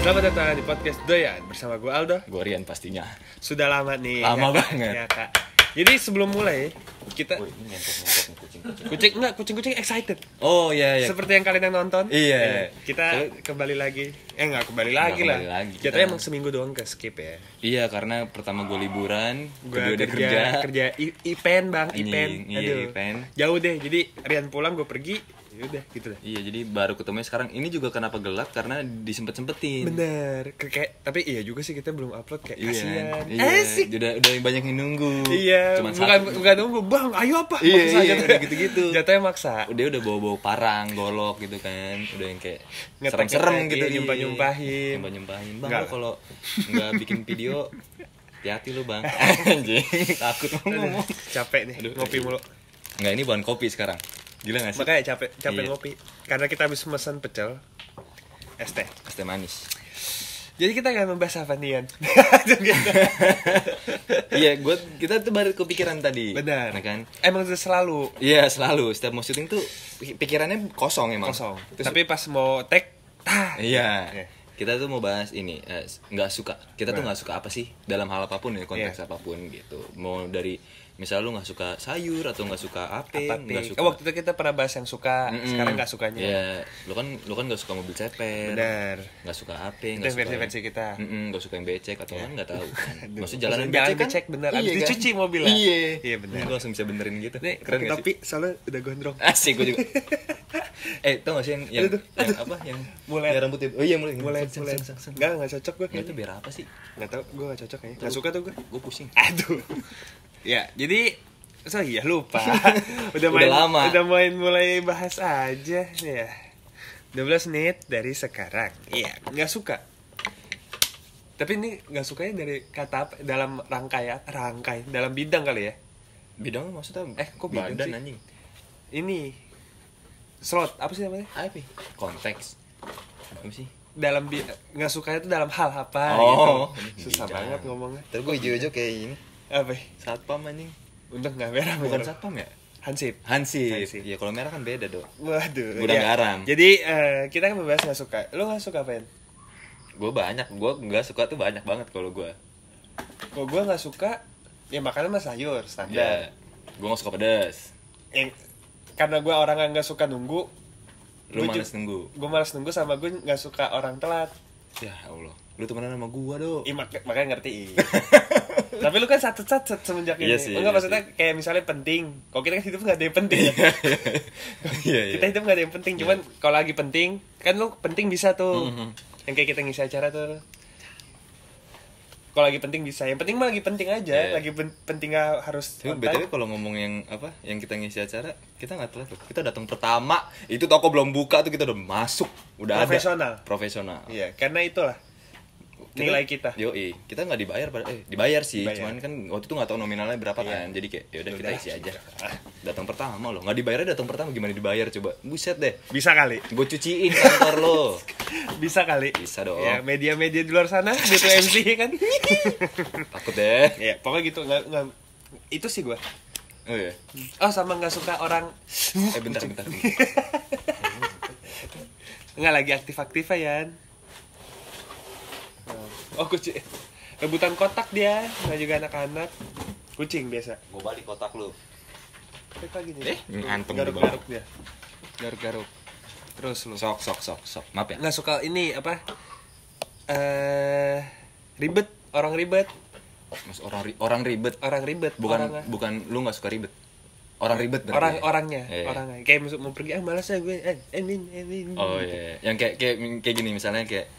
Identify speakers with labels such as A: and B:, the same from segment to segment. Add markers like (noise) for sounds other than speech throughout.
A: Selamat datang di podcast Doyan bersama gue Aldo.
B: Gue Rian pastinya.
A: Sudah lama nih. ya,
B: Lama
A: Kak.
B: banget.
A: Ya, Kak. Jadi sebelum mulai kita
B: Woi, ini nyentok-nyentok nih kucing-kucing.
A: kucing enggak kucing-kucing excited.
B: Oh iya iya.
A: Seperti yang kalian yang nonton.
B: Iya.
A: Ya, Kita
B: Soalnya-
A: kembali lagi. Eh enggak kembali lagi
B: kembali
A: lah.
B: lagi.
A: Kita
B: Kita-
A: emang seminggu doang ke skip ya.
B: iya karena pertama gue liburan,
A: Gue
B: kedua dia
A: kerja
B: kerja.
A: kerja i- event bang
B: Anjing,
A: event.
B: iya, event.
A: Jauh deh. Jadi Rian pulang gue pergi. Yaudah gitu deh.
B: Iya jadi baru ketemunya sekarang. Ini juga kenapa gelap karena disempet sempetin.
A: Bener. Ke- kayak- tapi iya juga sih kita belum upload kayak
B: Iya.
A: kasihan.
B: Iya.
A: Asik.
B: Udah udah banyak yang nunggu.
A: Iya,
B: Cuman
A: bukan
B: satu.
A: bukan nunggu, Bang. Ayo apa?
B: Iya, iya,
A: jatuh-
B: udah gitu-gitu.
A: Jatuhnya maksa.
B: Dia udah bawa-bawa parang, golok gitu kan. Udah yang kayak
A: Ngetek-ngetek,
B: serem-serem gitu.
A: iya, nyumpah-nyumpahin.
B: Nyumpah-nyumpahin. Bang
A: Nggak.
B: lo kalau nggak bikin video hati-hati lu
A: (laughs)
B: bang. Anjing, takut mau ngomong.
A: Capek nih
B: Aduh,
A: ngopi
B: iya.
A: mulu.
B: Nggak ini bukan kopi sekarang. Gila gak sih?
A: Makanya capek capek
B: Iya.
A: ngopi. Karena kita habis pesan pecel es teh.
B: Es teh manis.
A: Jadi kita akan membahas apa
B: (laughs)
A: nih, Yan?
B: Iya, gua kita tuh baru kepikiran tadi.
A: Benar.
B: Ya kan?
A: Emang itu selalu
B: Iya, selalu setiap mau syuting tuh pi- pikirannya kosong emang.
A: kosong.
B: Terus-
A: Tapi pas mau tag, tah.
B: iya.
A: Iya.
B: Kita tuh mau bahas ini eh, s- nggak suka. Kita tuh nggak suka apa sih dalam hal apapun ya konteks
A: Iya.
B: apapun gitu. Mau dari misal lu nggak suka sayur atau nggak suka ape,
A: Apa
B: nggak
A: sih?
B: suka.
A: Oh, waktu itu kita pernah bahas yang suka,
B: Mm-mm.
A: sekarang nggak sukanya.
B: Iya, lu kan lu kan nggak suka mobil ceper.
A: Benar.
B: Nggak suka ape,
A: Itu
B: nggak
A: yang
B: suka ya.
A: versi-versi kita.
B: Mm-mm, nggak suka yang becek atau orang nggak tahu. Kan.
A: Iya. (laughs) Aduh.
B: Maksudnya jalanan
A: Maksudnya jalan
B: becek, kan?
A: becek, benar. Habis
B: kan?
A: dicuci mobilnya.
B: Iya.
A: Iya, benar.
B: Gua langsung bisa benerin gitu.
A: Nih,
B: Keren nggak sih? Ah,
A: tapi soalnya udah gondrong. (laughs)
B: Asik gue juga. eh, tau gak sih yang, yang,
A: Aduh,
B: yang apa yang
A: Mulet.
B: yang rambutnya? Oh iya, mulai.
A: Mulai, mulai. Enggak, enggak cocok gue
B: Itu biar apa sih?
A: Gak tau, gue gak cocok kayaknya Gak suka tuh gue
B: Gue pusing.
A: Aduh Ya, jadi Saya ya
B: (laughs)
A: lupa Udah,
B: Udah
A: main,
B: lama.
A: Udah main mulai bahas aja ya 12 menit dari sekarang Iya, gak suka Tapi ini gak sukanya dari kata apa Dalam rangkaian Rangkai, dalam bidang kali ya
B: Bidang maksudnya?
A: Eh, kok bidang
B: badan
A: sih?
B: anjing?
A: Ini Slot, apa sih namanya?
B: Apa? ya? Konteks. Apa sih?
A: Dalam bi Gak sukanya itu dalam hal apa
B: Oh.
A: gitu. Susah
B: Bidang.
A: banget ngomongnya
B: Terus gue hijau-hijau kayak ini.
A: Apa ya?
B: Satpam anjing.
A: Untung gak merah
B: Bukan
A: merah.
B: satpam ya?
A: Hansip
B: Hansip.
A: Hansip.
B: Iya, kalau merah kan beda, Dok.
A: Waduh. iya.
B: Gudang garam.
A: Jadi eh, kita kan membahas nggak suka. Lo nggak suka apa
B: Gue banyak, gue nggak suka tuh banyak banget kalau gue.
A: Kalau gue nggak suka, ya makanan mas sayur
B: Iya.
A: standar.
B: Gue nggak suka pedas.
A: Yang- karena gue orang yang nggak suka nunggu,
B: Lu
A: Gua ju-
B: males nunggu.
A: gue malas nunggu sama gue nggak suka orang telat.
B: Ya Allah. Lu temenan sama gue, Dok.
A: Ih, mak- makanya
B: (laughs)
A: ngerti. Tapi lu kan satu satu semenjak
B: Iya
A: ini.
B: sih,
A: Enggak
B: iya
A: maksudnya kayak misalnya penting. Kalau kita kan hidup nggak ada yang
B: (laughs)
A: penting.
B: Iya, iya.
A: kita hidup nggak ada yang penting. Cuman kalau lagi penting, kan lu penting bisa tuh.
B: Mhm.
A: Yang kayak kita ngisi acara tuh. Kalau lagi penting bisa. Yang penting mah lagi penting aja.
B: Iya.
A: Lagi pen- penting nggak harus. on
B: Tapi btw
A: time.
B: kalau ngomong yang apa, yang kita ngisi acara, kita nggak telat loh. Kita datang pertama, itu toko belum buka tuh kita udah masuk, udah
A: Profesional.
B: ada. Profesional. Profesional.
A: Iya, karena itulah nilai kita.
B: Yoi, kita nggak dibayar, pada- eh dibayar sih,
A: Dibayar.
B: cuman kan waktu itu nggak tahu nominalnya berapa
A: Iya.
B: kan, jadi kayak yaudah kita
A: Udah.
B: isi aja. Datang pertama loh, nggak dibayar datang pertama gimana dibayar coba? Buset deh,
A: Bisa kali. (laughs)
B: gue cuciin kantor lo.
A: Bisa kali.
B: Bisa dong.
A: Ya, media-media di luar sana, (laughs) BPMC
B: (laughs)
A: kan.
B: Takut deh.
A: ya, pokoknya gitu. Nggak, nggak, itu sih gue.
B: Oh iya.
A: Oh, sama nggak suka orang
B: Eh bentar bentar. bentar.
A: nggak lagi aktif-aktif ya, Yan. Oh, kucing. Rebutan kotak dia, nggak juga anak-anak. Kucing biasa.
B: Gue balik kotak lu.
A: Tapi pagi nih.
B: Eh, ngantung di bawah.
A: garuk-garuk dia. Garuk-garuk. Terus lu.
B: Sok sok sok sok. Maaf ya.
A: nggak Nah, suka ini apa? Eh, ribet, orang ribet,
B: Mas orang ri- orang ribet.
A: orang ribet,
B: bukan
A: orangnya.
B: bukan lu nggak suka ribet orang ribet berarti
A: orang
B: ya?
A: orangnya,
B: Iya.
A: orangnya. Kayak masuk mau pergi ah malas ya gue. Eh, eh, min, eh, min.
B: oh iya iya. yang kayak kayak kayak gini misalnya kayak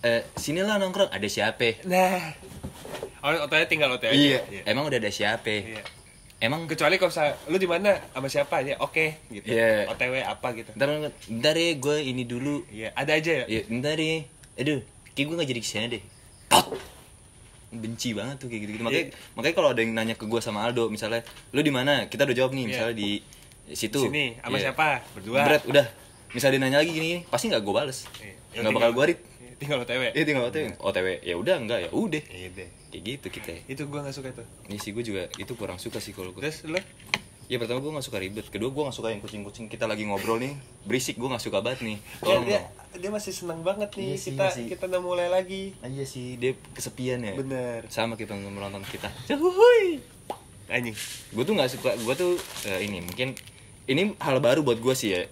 B: eh sinilah nongkrong ada siapa
A: Nah. Oh, otaknya tinggal otaknya.
B: emang udah ada siapa
A: Iya.
B: emang
A: kecuali kalau misalnya lu di mana sama siapa aja oke gitu
B: Iya.
A: otw apa gitu
B: ntar ntar ya gue ini dulu
A: iya ada aja ya
B: ya ntar ya aduh kayak gue nggak jadi kesana deh Tot! benci banget tuh kayak gitu, -gitu.
A: Iya.
B: makanya makanya kalau ada yang nanya ke gue sama Aldo misalnya lu di mana kita udah jawab nih misalnya di
A: Iya.
B: situ
A: Sini, sama
B: Iya.
A: siapa? Berdua.
B: Berat, udah misalnya dia nanya lagi gini pasti nggak gue bales
A: Iya.
B: nggak bakal gue read
A: Iya, (laughs) tinggal otw
B: Iya tinggal OTW. OTW ya udah enggak ya udah.
A: Iya deh.
B: Kayak gitu kita.
A: itu gua nggak suka tuh
B: Ini sih gue juga itu kurang suka sih kalau gue.
A: terus lu
B: Ya pertama gue gak suka ribet, kedua gue gak suka yang kucing-kucing kita lagi ngobrol nih berisik gue gak suka banget nih.
A: Ya,
B: Tolong
A: dia,
B: dong.
A: dia masih senang banget nih
B: Oh, Iya sih,
A: kita
B: masih.
A: kita udah mulai lagi.
B: Iya sih dia kesepian ya.
A: Bener.
B: Sama kayak penonton kita.
A: Cuhuy. Anjing.
B: Gue tuh gak suka, gue tuh eh, ini mungkin ini hal baru buat gue sih ya.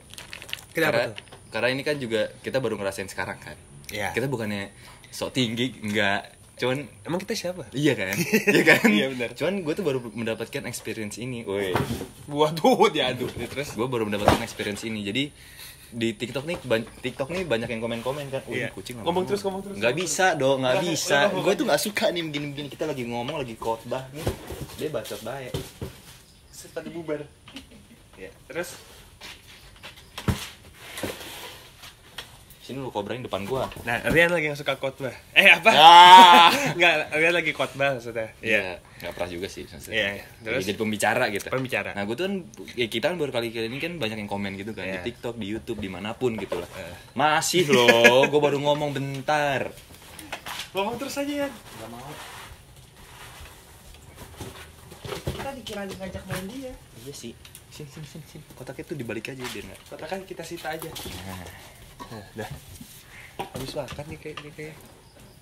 B: karena,
A: Kenapa tuh?
B: Karena ini kan juga kita baru ngerasain sekarang kan.
A: Iya.
B: Kita bukannya sok tinggi, enggak. Cuman
A: Emang kita siapa?
B: Iya
A: (laughs)
B: kan? Iya kan?
A: Iya, benar.
B: Cuman gue tuh baru mendapatkan experience ini. Woi.
A: Waduh, diaduk nih terus.
B: Gue baru mendapatkan experience ini. Jadi di TikTok nih ban- TikTok nih banyak yang komen-komen kan. Wih,
A: Iya.
B: kucing
A: Ngomong terus, ngomong terus.
B: Gak bisa dong,
A: Udah,
B: gak
A: udah,
B: bisa.
A: udah.
B: Gue tuh gak suka nih begini-begini kita lagi ngomong lagi khotbah nih. Dia bacot baik.
A: Pada bubar. Ya, terus
B: Sini lu kobrain depan gua.
A: Nah, Rian lagi yang suka khotbah. Eh, apa?
B: Ah.
A: Enggak, Rian lagi khotbah maksudnya. (laughs) Iya.
B: Gak pernah juga sih. maksudnya.
A: Iya, iya. Terus?
B: Jadi pembicara gitu.
A: Pembicara.
B: Nah, gue tuh kan ya kita kan baru kali kali ini kan banyak yang komen gitu kan
A: Iya.
B: di TikTok, di YouTube, dimanapun gitu lah.
A: Iya.
B: Masih loh, gue baru ngomong bentar.
A: Ngomong terus aja, Yan.
B: Gak mau.
A: Kita dikira ngajak main dia.
B: Iya sih. Sini, sini, sini, sini. Kotaknya tuh dibalik aja biar nggak.
A: Katakan kita sita aja. Nah, dah. Habis makan nih kayak nih kayak.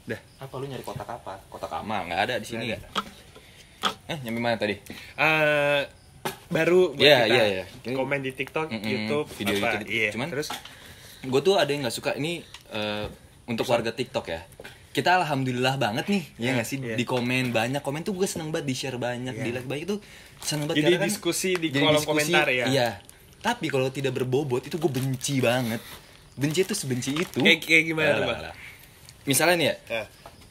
A: Dah.
B: Apa lu nyari kotak apa? Kotak amal nggak ada di sini. ya?
A: Nggak
B: Eh, nyampe mana tadi?
A: Eh, baru buat
B: Iya,
A: kita
B: iya, iya. Ini-
A: komen di TikTok,
B: Mm-mm,
A: YouTube,
B: video
A: apa.
B: itu.
A: Iya.
B: Cuman-
A: terus
B: Gue tuh ada yang nggak suka ini eh, untuk warga TikTok ya. Kita alhamdulillah banget nih, ya nggak sih?
A: Iya.
B: Di komen banyak, komen tuh gue seneng banget, di share banyak,
A: Iya.
B: di like banyak itu seneng banget.
A: Jadi
B: karena kan-
A: diskusi di
B: jadi
A: kolom komentar ya?
B: Iya. Tapi kalau tidak berbobot itu gue benci banget. Benci itu sebenci itu.
A: Kayak- kayak gimana tuh,
B: Alah,
A: Bang?
B: alah. Misalnya nih ya,
A: Eh.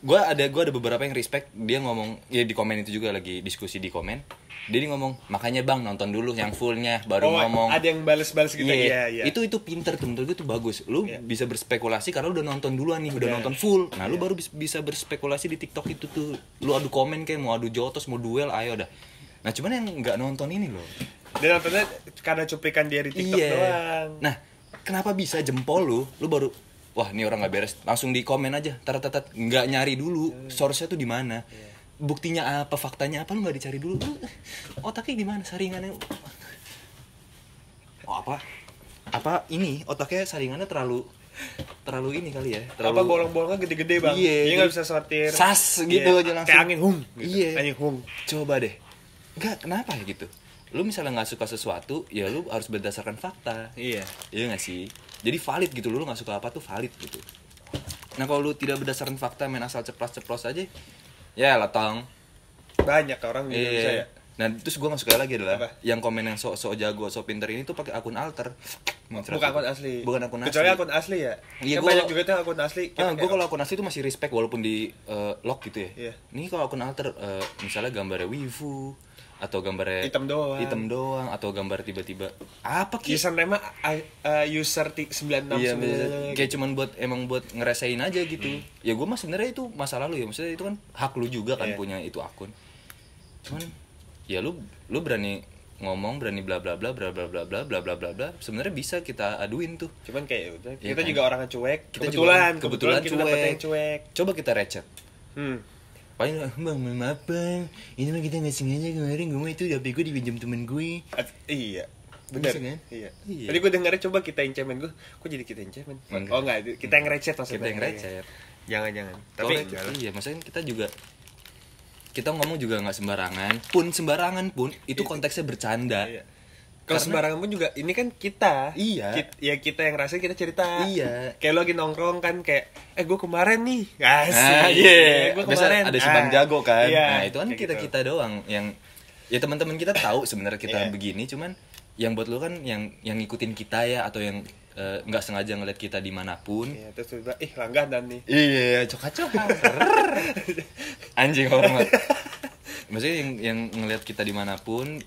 B: gue ada gua ada beberapa yang respect dia ngomong ya di komen itu juga lagi diskusi di komen dia nih ngomong makanya bang nonton dulu yang fullnya
A: oh,
B: baru ngomong
A: ada yang balas-balas gitu.
B: Iya,
A: Iya, iya.
B: Itu itu pinter tuh menurut gue tuh bagus. Lu
A: Iya.
B: bisa berspekulasi karena lu udah nonton duluan nih, udah
A: Iya.
B: nonton full. Nah, lu baru bis- bisa berspekulasi di TikTok itu tuh. Lu adu komen kayak mau adu jotos, mau duel, ayo dah. Nah, cuman yang nggak nonton ini loh.
A: Dia nontonnya karena cuplikan dia di TikTok doang.
B: Nah, kenapa bisa jempol lu? Lu baru wah, ini orang nggak beres. Langsung di komen aja. Tar tar tar. nggak nyari
A: Iya.
B: dulu source-nya tuh di mana. Buktinya apa, faktanya apa lu nggak dicari dulu. Lu, uh, otaknya gimana saringannya? uh." Oh, apa? Apa ini otaknya saringannya terlalu terlalu ini kali ya? Terlalu
A: apa bolong-bolongnya gede-gede bang
B: Iya,
A: dia
B: jadi
A: nggak bisa sortir
B: sas
A: Iya,
B: gitu aja langsung.
A: kayak angin hung gitu.
B: Iya.
A: angin hung
B: coba deh nggak kenapa ya gitu lu misalnya nggak suka sesuatu ya lu harus berdasarkan fakta
A: Iya.
B: iya nggak sih jadi valid gitu lu lu nggak suka apa tuh valid gitu nah kalau lu tidak berdasarkan fakta main asal ceplos ceplos aja ya letong
A: banyak orang di Indonesia
B: iya
A: ya
B: nah terus gua nggak suka lagi adalah
A: Apa?
B: yang komen yang sok sok jago sok pinter ini tuh pakai akun alter Muncrat
A: bukan
B: itu.
A: akun asli
B: bukan akun asli
A: kecuali akun asli ya
B: Iya,
A: Kan
B: gua-
A: banyak juga tuh yang akun asli
B: Ah,
A: Kayak-
B: gue kalau akun asli itu masih respect walaupun di eh, lock gitu ya.
A: Iya.
B: Ini kalau akun alter eh, misalnya gambarnya wifu atau gambarnya
A: Hitam doang. Iya,
B: hitam doang atau gambar tiba-tiba apa ki?
A: username I- uh, user ti- 96
B: Iya, bener.
A: 99.
B: kayak cuman buat emang buat ngeresain aja gitu. Ya gue mah sebenarnya itu masa lalu ya, maksudnya itu kan hak lu juga kan
A: Iya.
B: punya itu akun. Cuman ya lu lu berani ngomong, berani bla bla bla bla bla bla bla bla bla bla bla. Sebenarnya bisa kita aduin tuh.
A: cuman kayak ya udah
B: Iya
A: kita
B: kan?
A: juga orang yang cuek
B: Kita
A: kebetulan
B: juga, kebetulan,
A: kita dapetnya yang cuek
B: Coba kita recet.
A: hmm.
B: Paling "Eh, bang mohon maaf bang Ini mah kita gak sengaja kemarin gue itu HP gue dipinjam temen gue
A: At- iya bener
B: Bisa kan?
A: iya.
B: Iya.
A: tadi gue dengarnya coba kita yang cemen gue kok jadi kita yang cemen
B: Enggak.
A: oh enggak kita yang recet maksudnya
B: Kita yang
A: Iya.
B: recet.
A: jangan-jangan tapi
B: Tapi Iya maksudnya kita juga Kita ngomong juga gak sembarangan Pun sembarangan pun itu konteksnya bercanda
A: Iya. Kalau
B: Karena-
A: sembarangan pun juga ini kan kita.
B: Iya.
A: Kit- ya kita yang rasain kita cerita.
B: Iya.
A: Kayak lo lagi nongkrong kan kayak eh gue kemarin nih. Asik. Eh,
B: Nah, iya.
A: gua
B: Biasa ada si Bang
A: Ah.
B: Jago kan.
A: Iya.
B: Nah, itu kan
A: Kayak
B: kita
A: gitu.
B: kita doang yang ya teman-teman kita tahu sebenarnya kita
A: Iya.
B: begini, cuman yang buat lu kan yang yang ngikutin kita ya atau yang eh, nggak sengaja ngeliat kita dimanapun.
A: Iya, terus tiba ih langganan nih.
B: Iya, coka-coka. (laughs) Anjing hormat. Maksudnya yang yang ngelihat kita dimanapun,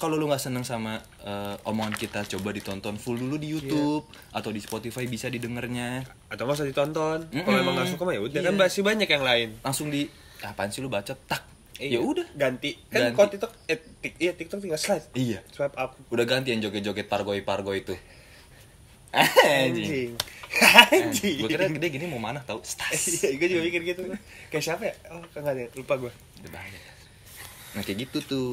B: kalau lu nggak seneng sama eh, omongan kita, coba ditonton full dulu di YouTube
A: Iya.
B: atau di Spotify bisa didengarnya.
A: Atau nggak usah ditonton. Kalau
B: Mm-mm.
A: emang nggak suka mah ya udah
B: Iya.
A: kan masih banyak yang lain.
B: Langsung di "Ah, apaan sih lu bacot tak. Ya udah.
A: ganti. Kan
B: Ganti.
A: kalau TikTok eh, tik- iya TikTok tinggal slide.
B: Iya.
A: Swipe up.
B: Udah ganti yang joget-joget pargoi-pargoi itu. Anjing.
A: Anjing. Anjing.
B: Gue
A: (laughs)
B: kira dia gini mau mana tau. Stas.
A: gue juga mikir gitu. Kayak siapa ya? Oh, enggak deh, lupa gue.
B: Udah bahaya. Nah kayak gitu tuh.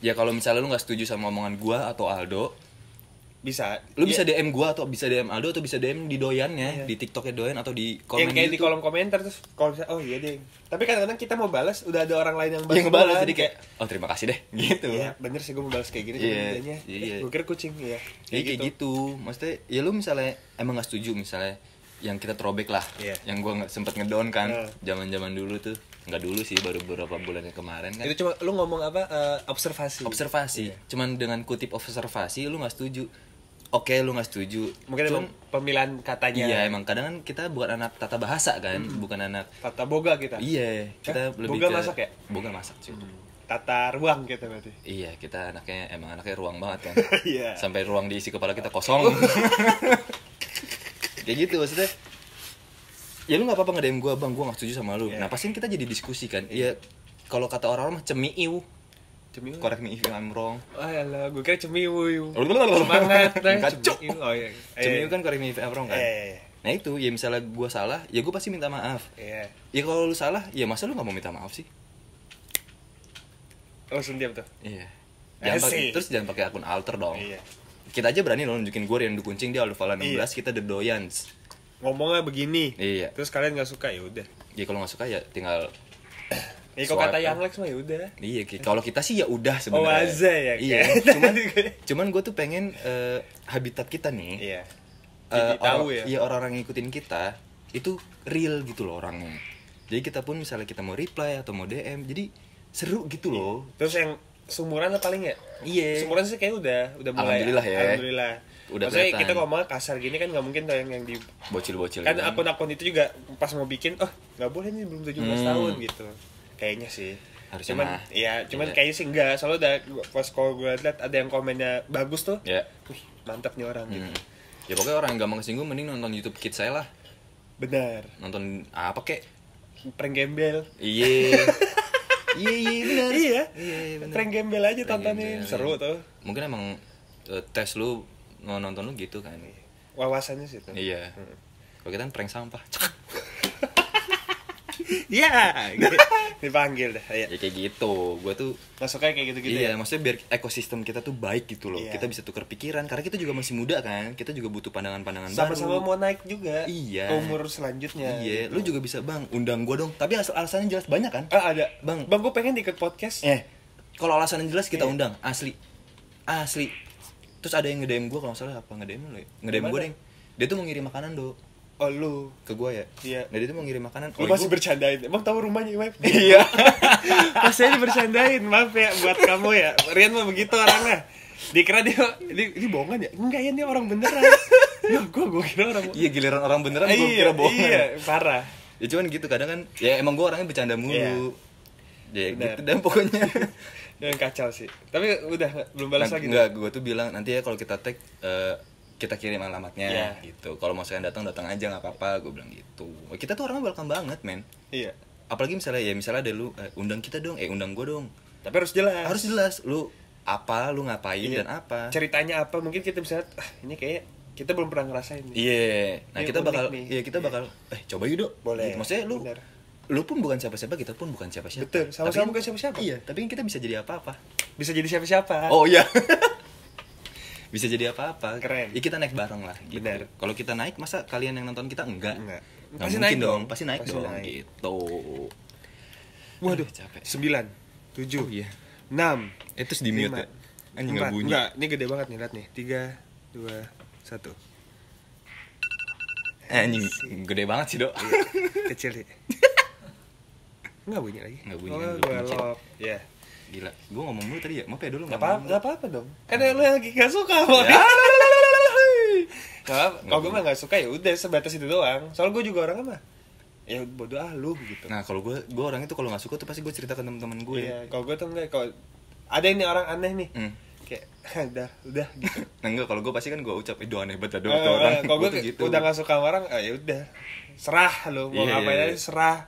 B: ya kalau misalnya lu nggak setuju sama omongan gua atau Aldo
A: bisa
B: lu bisa DM gua atau bisa DM Aldo atau bisa DM di
A: Iya.
B: doyannya di TikToknya doyan atau di
A: yang
B: komen gitu.
A: kayak di
B: YouTube.
A: kolom komentar terus kalau bisa oh iya deh tapi kadang-kadang kita mau balas udah ada orang lain yang balas
B: yang ngebalas
A: duluan.
B: jadi kayak oh terima kasih deh (laughs) gitu
A: iya bener sih gue mau balas kayak gini
B: Iya,
A: yeah, yeah,
B: iya.
A: gue kira kucing iya
B: Iya kayak gitu. Maksudnya ya lu misalnya emang nggak setuju misalnya yang kita throwback lah,
A: Iya.
B: yang gua nggak sempet ngedown kan,
A: Iya.
B: zaman-zaman dulu tuh, nggak dulu sih baru beberapa bulan yang kemarin kan.
A: itu cuma lu ngomong apa eh, observasi Iya.
B: Observasi, cuman dengan kutip observasi lu nggak setuju. Oke, lu nggak setuju.
A: mungkin
B: Cuman,
A: emang pemilihan katanya
B: iya emang kadang kan kita bukan anak tata bahasa kan, bukan anak
A: tata boga kita
B: Iya,
A: Hah?
B: kita lebih
A: Hmm. Boga
B: ke
A: masak ya?
B: Boga masak cuy.
A: tata ruang kita berarti
B: Iya, kita anaknya emang anaknya ruang banget kan.
A: (laughs) Iya. Oh.
B: Sampai ruang diisi kepala kita kosong. (laughs) Kayak gitu maksudnya. Ya lu nggak apa-apa nge-DM gua, Bang. Gua nggak setuju sama lu.
A: Iya.
B: Nah, pasti kita jadi diskusi kan. Iya. Kalau kata orang-orang mah cemiu.
A: cemiu
B: Correct me if I'm wrong.
A: oh ya gue kira cemiu semangat
B: Semangat.
A: eh,
B: Kacau.
A: cemiu oh iya
B: Cemiu kan correct me if I'm wrong kan.
A: Eh.
B: Nah, itu ya misalnya gua salah, ya gua pasti minta maaf.
A: iya
B: Ya kalau lu salah, ya masa lu nggak mau minta maaf sih?
A: langsung diam Oh, tuh
B: Iya. Jangan pakai-
A: Asik.
B: terus jangan pakai akun alter dong.
A: Eh, Iya.
B: Kita aja berani loh nunjukin gue yang kuncing dia Aldo Fala 16,
A: Iya.
B: kita The Doyans.
A: ngomongnya begini
B: Iya.
A: terus kalian nggak suka ya udah
B: Ya kalau nggak suka ya tinggal
A: ya kok
B: Swipe
A: kata
B: lah.
A: yang Lex mah ya udah
B: Iya, ki- kalau kita sih ya udah
A: oh
B: sebenarnya.
A: aja ya
B: Iya.
A: kayak. (laughs)
B: Cuman cuman gue tuh pengen eh, habitat kita
A: iya
B: nih.
A: jadi
B: eh,
A: tahu
B: orang-
A: ya
B: iya, orang-orang yang ngikutin kita itu real gitu loh orangnya. Jadi kita pun misalnya kita mau reply atau mau DM, jadi seru gitu loh.
A: Terus yang sumuran lah paling ya?
B: Iya.
A: Sumuran sih kayak udah udah mulai.
B: Alhamdulillah ya.
A: Alhamdulillah.
B: Udah
A: Maksudnya
B: kelihatan.
A: kita ngomong kasar gini kan nggak mungkin tuh yang yang di
B: Bocil-bocil. gitu
A: kan akun-akun itu juga pas mau bikin oh nggak boleh nih belum 17
B: Hmm.
A: tahun gitu kayaknya sih
B: Harusnya
A: cuman
B: mah.
A: ya cuman
B: Iya.
A: kayaknya sih enggak soalnya udah gua- pas kalau gue liat ada yang komennya bagus tuh
B: Ya.
A: wih mantap nih orang gitu
B: Hmm. Ya pokoknya orang yang gampang kesinggung mending nonton YouTube Kids saya lah. Hmm.
A: benar
B: Nonton apa kek?
A: prank gembel (laughs)
B: Iya. Iya iya benar.
A: iya
B: Iya iya, benar.
A: prank gembel aja tontonin
B: Iya,
A: seru
B: iya.
A: tuh
B: Mungkin emang eh, tes lu mau nonton lu gitu kan.
A: wawasannya sih tuh
B: Iya. Kalau kita kan prank sampah.
A: iya
B: (laughs)
A: dipanggil dah iya.
B: ya kayak gitu. Gua tuh
A: masuknya kayak gitu-gitu
B: iya,
A: ya
B: maksudnya biar ekosistem kita tuh baik gitu loh.
A: Iya.
B: Kita bisa tukar pikiran karena kita juga masih muda kan. Kita juga butuh pandangan-pandangan baru.
A: sama-sama mau naik juga
B: Iya.
A: ke umur selanjutnya Gitu.
B: Iya, lu juga bisa, Bang. Undang gua dong. Tapi asal alasannya jelas banyak kan?
A: ah ada
B: Bang.
A: bang gue pengen ikut podcast
B: Eh, kalau alasan yang jelas kita
A: Iya.
B: undang, asli. Asli. Terus ada yang nge-DM gua kalau nggak salah apa nge-DM lu ya? Nge-DM gua,
A: Gimana?
B: Deng. Dia tuh mau ngirim makanan, Do,
A: oh lu
B: ke gua ya.
A: Iya.
B: Nah, dia tuh mau ngirim makanan.
A: lu
B: Oi,
A: masih
B: gua-
A: bercandain emang tahu rumahnya (laughs) Iwai
B: Iya.
A: masih aja bercandain maaf ya buat kamu ya Rian mah begitu orangnya dikira dia ini, ini bohongan ya enggak ya ini orang
B: (laughs)
A: beneran ya gue gue kira orang
B: (laughs) Iya, giliran orang beneran gua
A: iya,
B: kira bohongan.
A: iya parah
B: Ya cuman gitu kadang kan ya emang gua orangnya bercanda mulu. Ya
A: Benar.
B: gitu dan pokoknya. Nah,
A: dan kacau sih tapi udah belum (laughs) balas lagi
B: Enggak, gua tuh bilang nanti ya kalau kita tag eh, kita kirim alamatnya
A: Iya.
B: gitu. Kalau mau saya datang datang aja nggak apa-apa, gua bilang gitu. Kita tuh orangnya welcome banget, men.
A: iya
B: apalagi misalnya ya misalnya ada lu eh, undang kita dong eh undang gue dong
A: tapi harus jelas
B: harus jelas lu apa lu ngapain
A: Iya.
B: dan apa
A: ceritanya apa mungkin kita bisa ah, ini kayak kita belum pernah ngerasain nih.
B: iya nah
A: Iya,
B: kita
A: unik
B: bakal
A: nih.
B: iya kita bakal eh coba yuk Dok.
A: Boleh.
B: Gitu. maksudnya lu
A: Bener.
B: lu pun bukan siapa-siapa kita pun bukan siapa-siapa
A: Betul, sama-sama
B: Tapi-
A: bukan siapa-siapa.
B: iya tapi kita bisa jadi apa-apa
A: bisa jadi siapa-siapa
B: oh iya (laughs) bisa jadi apa-apa
A: Keren.
B: ya, kita naik bareng lah gitu.
A: Bener.
B: kalau kita naik masa kalian yang nonton kita enggak
A: Enggak.
B: Nggak
A: Pasti
B: mungkin
A: naik
B: dong
A: dong.
B: pasti naik
A: Pasti
B: dong
A: naik.
B: gitu
A: Waduh,
B: Aduh, capek.
A: capek. 9, 7,
B: Oh, iya.
A: 6,
B: eh terus di mute ya anjing nggak bunyi
A: Enggak, Eh, ini gede banget nih, lihat nih. 3, 2,
B: (laughs)
A: 1.
B: Eh, anjing gede banget sih dok
A: Iya. Kecil sih. Enggak bunyi lagi.
B: Nggak bunyi,
A: oh,
B: kan, lu
A: gue
B: pencet.
A: lock. Iya.
B: Gila, gue ngomong dulu tadi ya, maaf ya dulu
A: Enggak
B: nggak
A: apa-apa,
B: ngomong.
A: nggak apa-apa dong. Kan lu yang lagi gak suka sama.
B: Ya.
A: Kalau kalau gue mah gak suka ya udah sebatas itu doang. Soalnya gue juga orangnya mah ya bodo ah lu gitu.
B: Nah kalau gue, gue orang itu kalau nggak suka tuh pasti gue cerita ke temen-temen gue.
A: Iya, kalau gue tuh enggak kalau ada ini orang aneh nih.
B: Hmm.
A: Kayak (laughs) udah, udah gitu.
B: Nah enggak, kalau gue pasti kan gue ucap, itu aneh banget
A: Eh,
B: ada tuh orang. Gitu,
A: kalau gue
B: tuh
A: udah gak suka sama orang ah, ya udah serah lu mau
B: Iya,
A: ngapain
B: iya,
A: aja
B: iya.
A: serah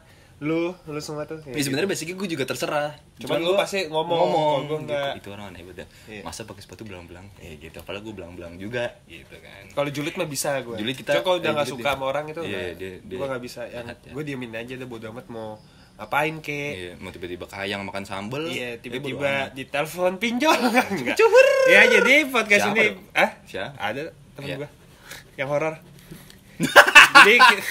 A: lu lu semua tuh
B: Ya, sebenarnya basically gue juga terserah.
A: Cuman lu
B: gua
A: pasti ngomong, kalau gua
B: gitu.
A: nggak.
B: Itu orang aneh banget. ya.
A: Iya.
B: Masa pakai sepatu belang-belang? Ya gitu. Apalagi gue belang-belang juga, gitu kan.
A: kalau julid mah bisa gue
B: Julid kita-
A: kalau udah
B: eh,
A: gak
B: julid
A: suka
B: dia-
A: sama orang itu nah,
B: Iya,
A: nggak-
B: dia- dia
A: gue gak bisa yang
B: jahat ya.
A: gue diemin aja udah bodo amat mau ngapain kek
B: Iya, mau tiba-tiba kayang makan sambel.
A: Iya,
B: ya bodo
A: tiba-tiba
B: amat.
A: ditelepon pinjol enggak.
B: Cuber.
A: Ya jadi podcast
B: Siapa
A: ini
B: dong?
A: ah
B: Siapa?
A: ada temen
B: Iya.
A: gua yang horor.
B: (laughs)
A: jadi ki-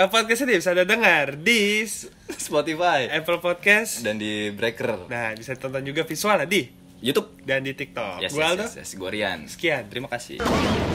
A: eh, podcast ini bisa Anda dengar di s-
B: (laughs) Spotify
A: Apple Podcast.
B: dan di Breaker.
A: Nah, bisa tonton juga visualnya di
B: YouTube.
A: dan di TikTok.
B: Yes,
A: Gua
B: yes,
A: Aldo.
B: yes, yes. Gua Rian.
A: Sekian.
B: Terima kasih.